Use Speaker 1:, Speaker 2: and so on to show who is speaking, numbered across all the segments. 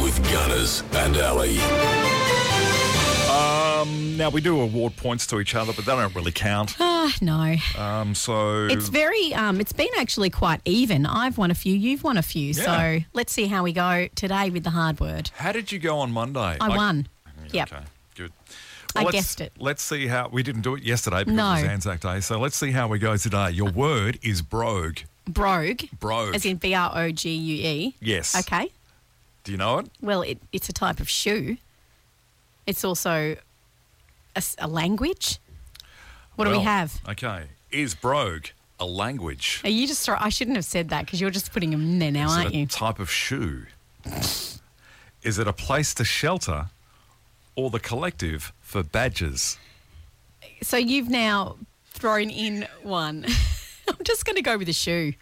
Speaker 1: Gunners and Ali.
Speaker 2: Um, Now we do award points to each other, but they don't really count.
Speaker 3: Ah, no.
Speaker 2: Um, so
Speaker 3: It's very, um, it's been actually quite even. I've won a few, you've won a few.
Speaker 2: Yeah.
Speaker 3: So let's see how we go today with the hard word.
Speaker 2: how did you go on Monday?
Speaker 3: I won.
Speaker 2: Yeah,
Speaker 3: Yep.
Speaker 2: Mm, Okay. Good.
Speaker 3: I
Speaker 2: let's-
Speaker 3: guessed it.
Speaker 2: Let's see how we didn't do it yesterday because
Speaker 3: No.
Speaker 2: it was Anzac Day. So let's see how we go today. Your word is brogue.
Speaker 3: Brogue.
Speaker 2: Brogue.
Speaker 3: As in B R O G U E.
Speaker 2: Yes.
Speaker 3: Okay.
Speaker 2: Do you know it?
Speaker 3: Well, it, it's a type of shoe. It's also a, s- a language. What do
Speaker 2: Well,
Speaker 3: we have?
Speaker 2: Okay. Is brogue a language?
Speaker 3: Are you just? thro- I shouldn't have said that because you're just putting them in there now,
Speaker 2: is
Speaker 3: aren't
Speaker 2: it a
Speaker 3: you?
Speaker 2: type of shoe? is it a place to shelter or the collective for badgers?
Speaker 3: So you've now thrown in one. I'm just going to go with a shoe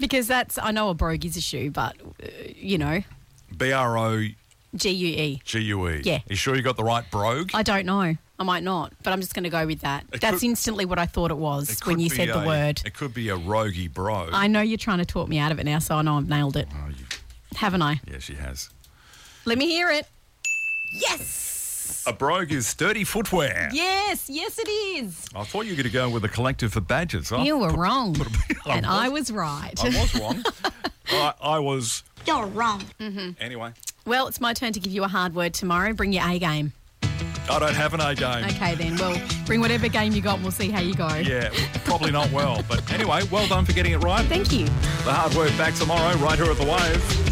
Speaker 3: because that's. I know a brogue is a shoe, but uh, you know,
Speaker 2: B R O
Speaker 3: G U E.
Speaker 2: G U E.
Speaker 3: Yeah.
Speaker 2: You sure you got the right brogue?
Speaker 3: I don't know. I might not, but I'm just going to go with that.
Speaker 2: It
Speaker 3: That's
Speaker 2: could-
Speaker 3: instantly what I thought it was
Speaker 2: It
Speaker 3: when
Speaker 2: could
Speaker 3: you
Speaker 2: be
Speaker 3: said the
Speaker 2: a-
Speaker 3: word.
Speaker 2: It could be a roguey bro.
Speaker 3: I know you're trying to talk me out of it now, so I know I've nailed it,
Speaker 2: Oh, you-
Speaker 3: haven't I?
Speaker 2: yeah, she has.
Speaker 3: Let me hear it. Yes.
Speaker 2: A brogue is sturdy footwear.
Speaker 3: Yes, yes, it is.
Speaker 2: I thought you were going to go with a collective for badgers. I,
Speaker 3: You were wrong.
Speaker 2: I
Speaker 3: and I
Speaker 2: was-
Speaker 3: was right.
Speaker 2: I was wrong. I, I was.
Speaker 4: You're wrong.
Speaker 2: Anyway,
Speaker 3: Well, it's my turn to give you a hard word tomorrow. Bring your A game.
Speaker 2: I don't have an A game.
Speaker 3: Okay, then. Well, bring whatever game you got and we'll see how you go.
Speaker 2: Yeah, probably not well. But anyway, well done for getting it right.
Speaker 3: Thank you.
Speaker 2: The hard work back tomorrow, right here at the Wave.